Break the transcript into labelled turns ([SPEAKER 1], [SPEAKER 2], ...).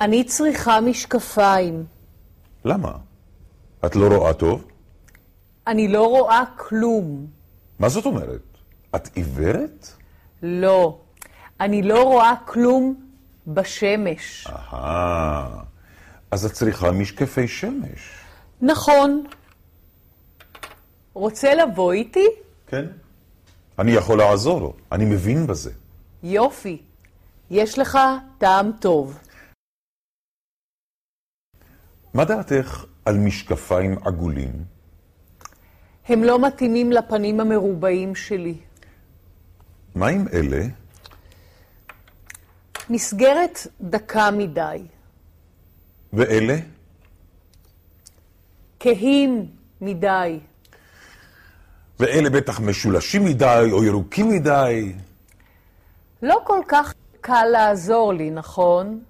[SPEAKER 1] אני צריכה משקפיים.
[SPEAKER 2] למה? את לא רואה טוב?
[SPEAKER 1] אני לא רואה כלום.
[SPEAKER 2] מה זאת אומרת? את עיוורת?
[SPEAKER 1] לא. אני לא רואה כלום בשמש.
[SPEAKER 2] אהה, אז את צריכה משקפי שמש.
[SPEAKER 1] נכון. רוצה לבוא איתי?
[SPEAKER 2] כן. אני יכול לעזור לו, אני מבין בזה.
[SPEAKER 1] יופי. יש לך טעם טוב.
[SPEAKER 2] מה דעתך על משקפיים עגולים?
[SPEAKER 1] הם לא מתאימים לפנים המרובעים שלי.
[SPEAKER 2] מה עם אלה?
[SPEAKER 1] מסגרת דקה מדי.
[SPEAKER 2] ואלה?
[SPEAKER 1] כהים מדי.
[SPEAKER 2] ואלה בטח משולשים מדי או ירוקים מדי.
[SPEAKER 1] לא כל כך קל לעזור לי, נכון?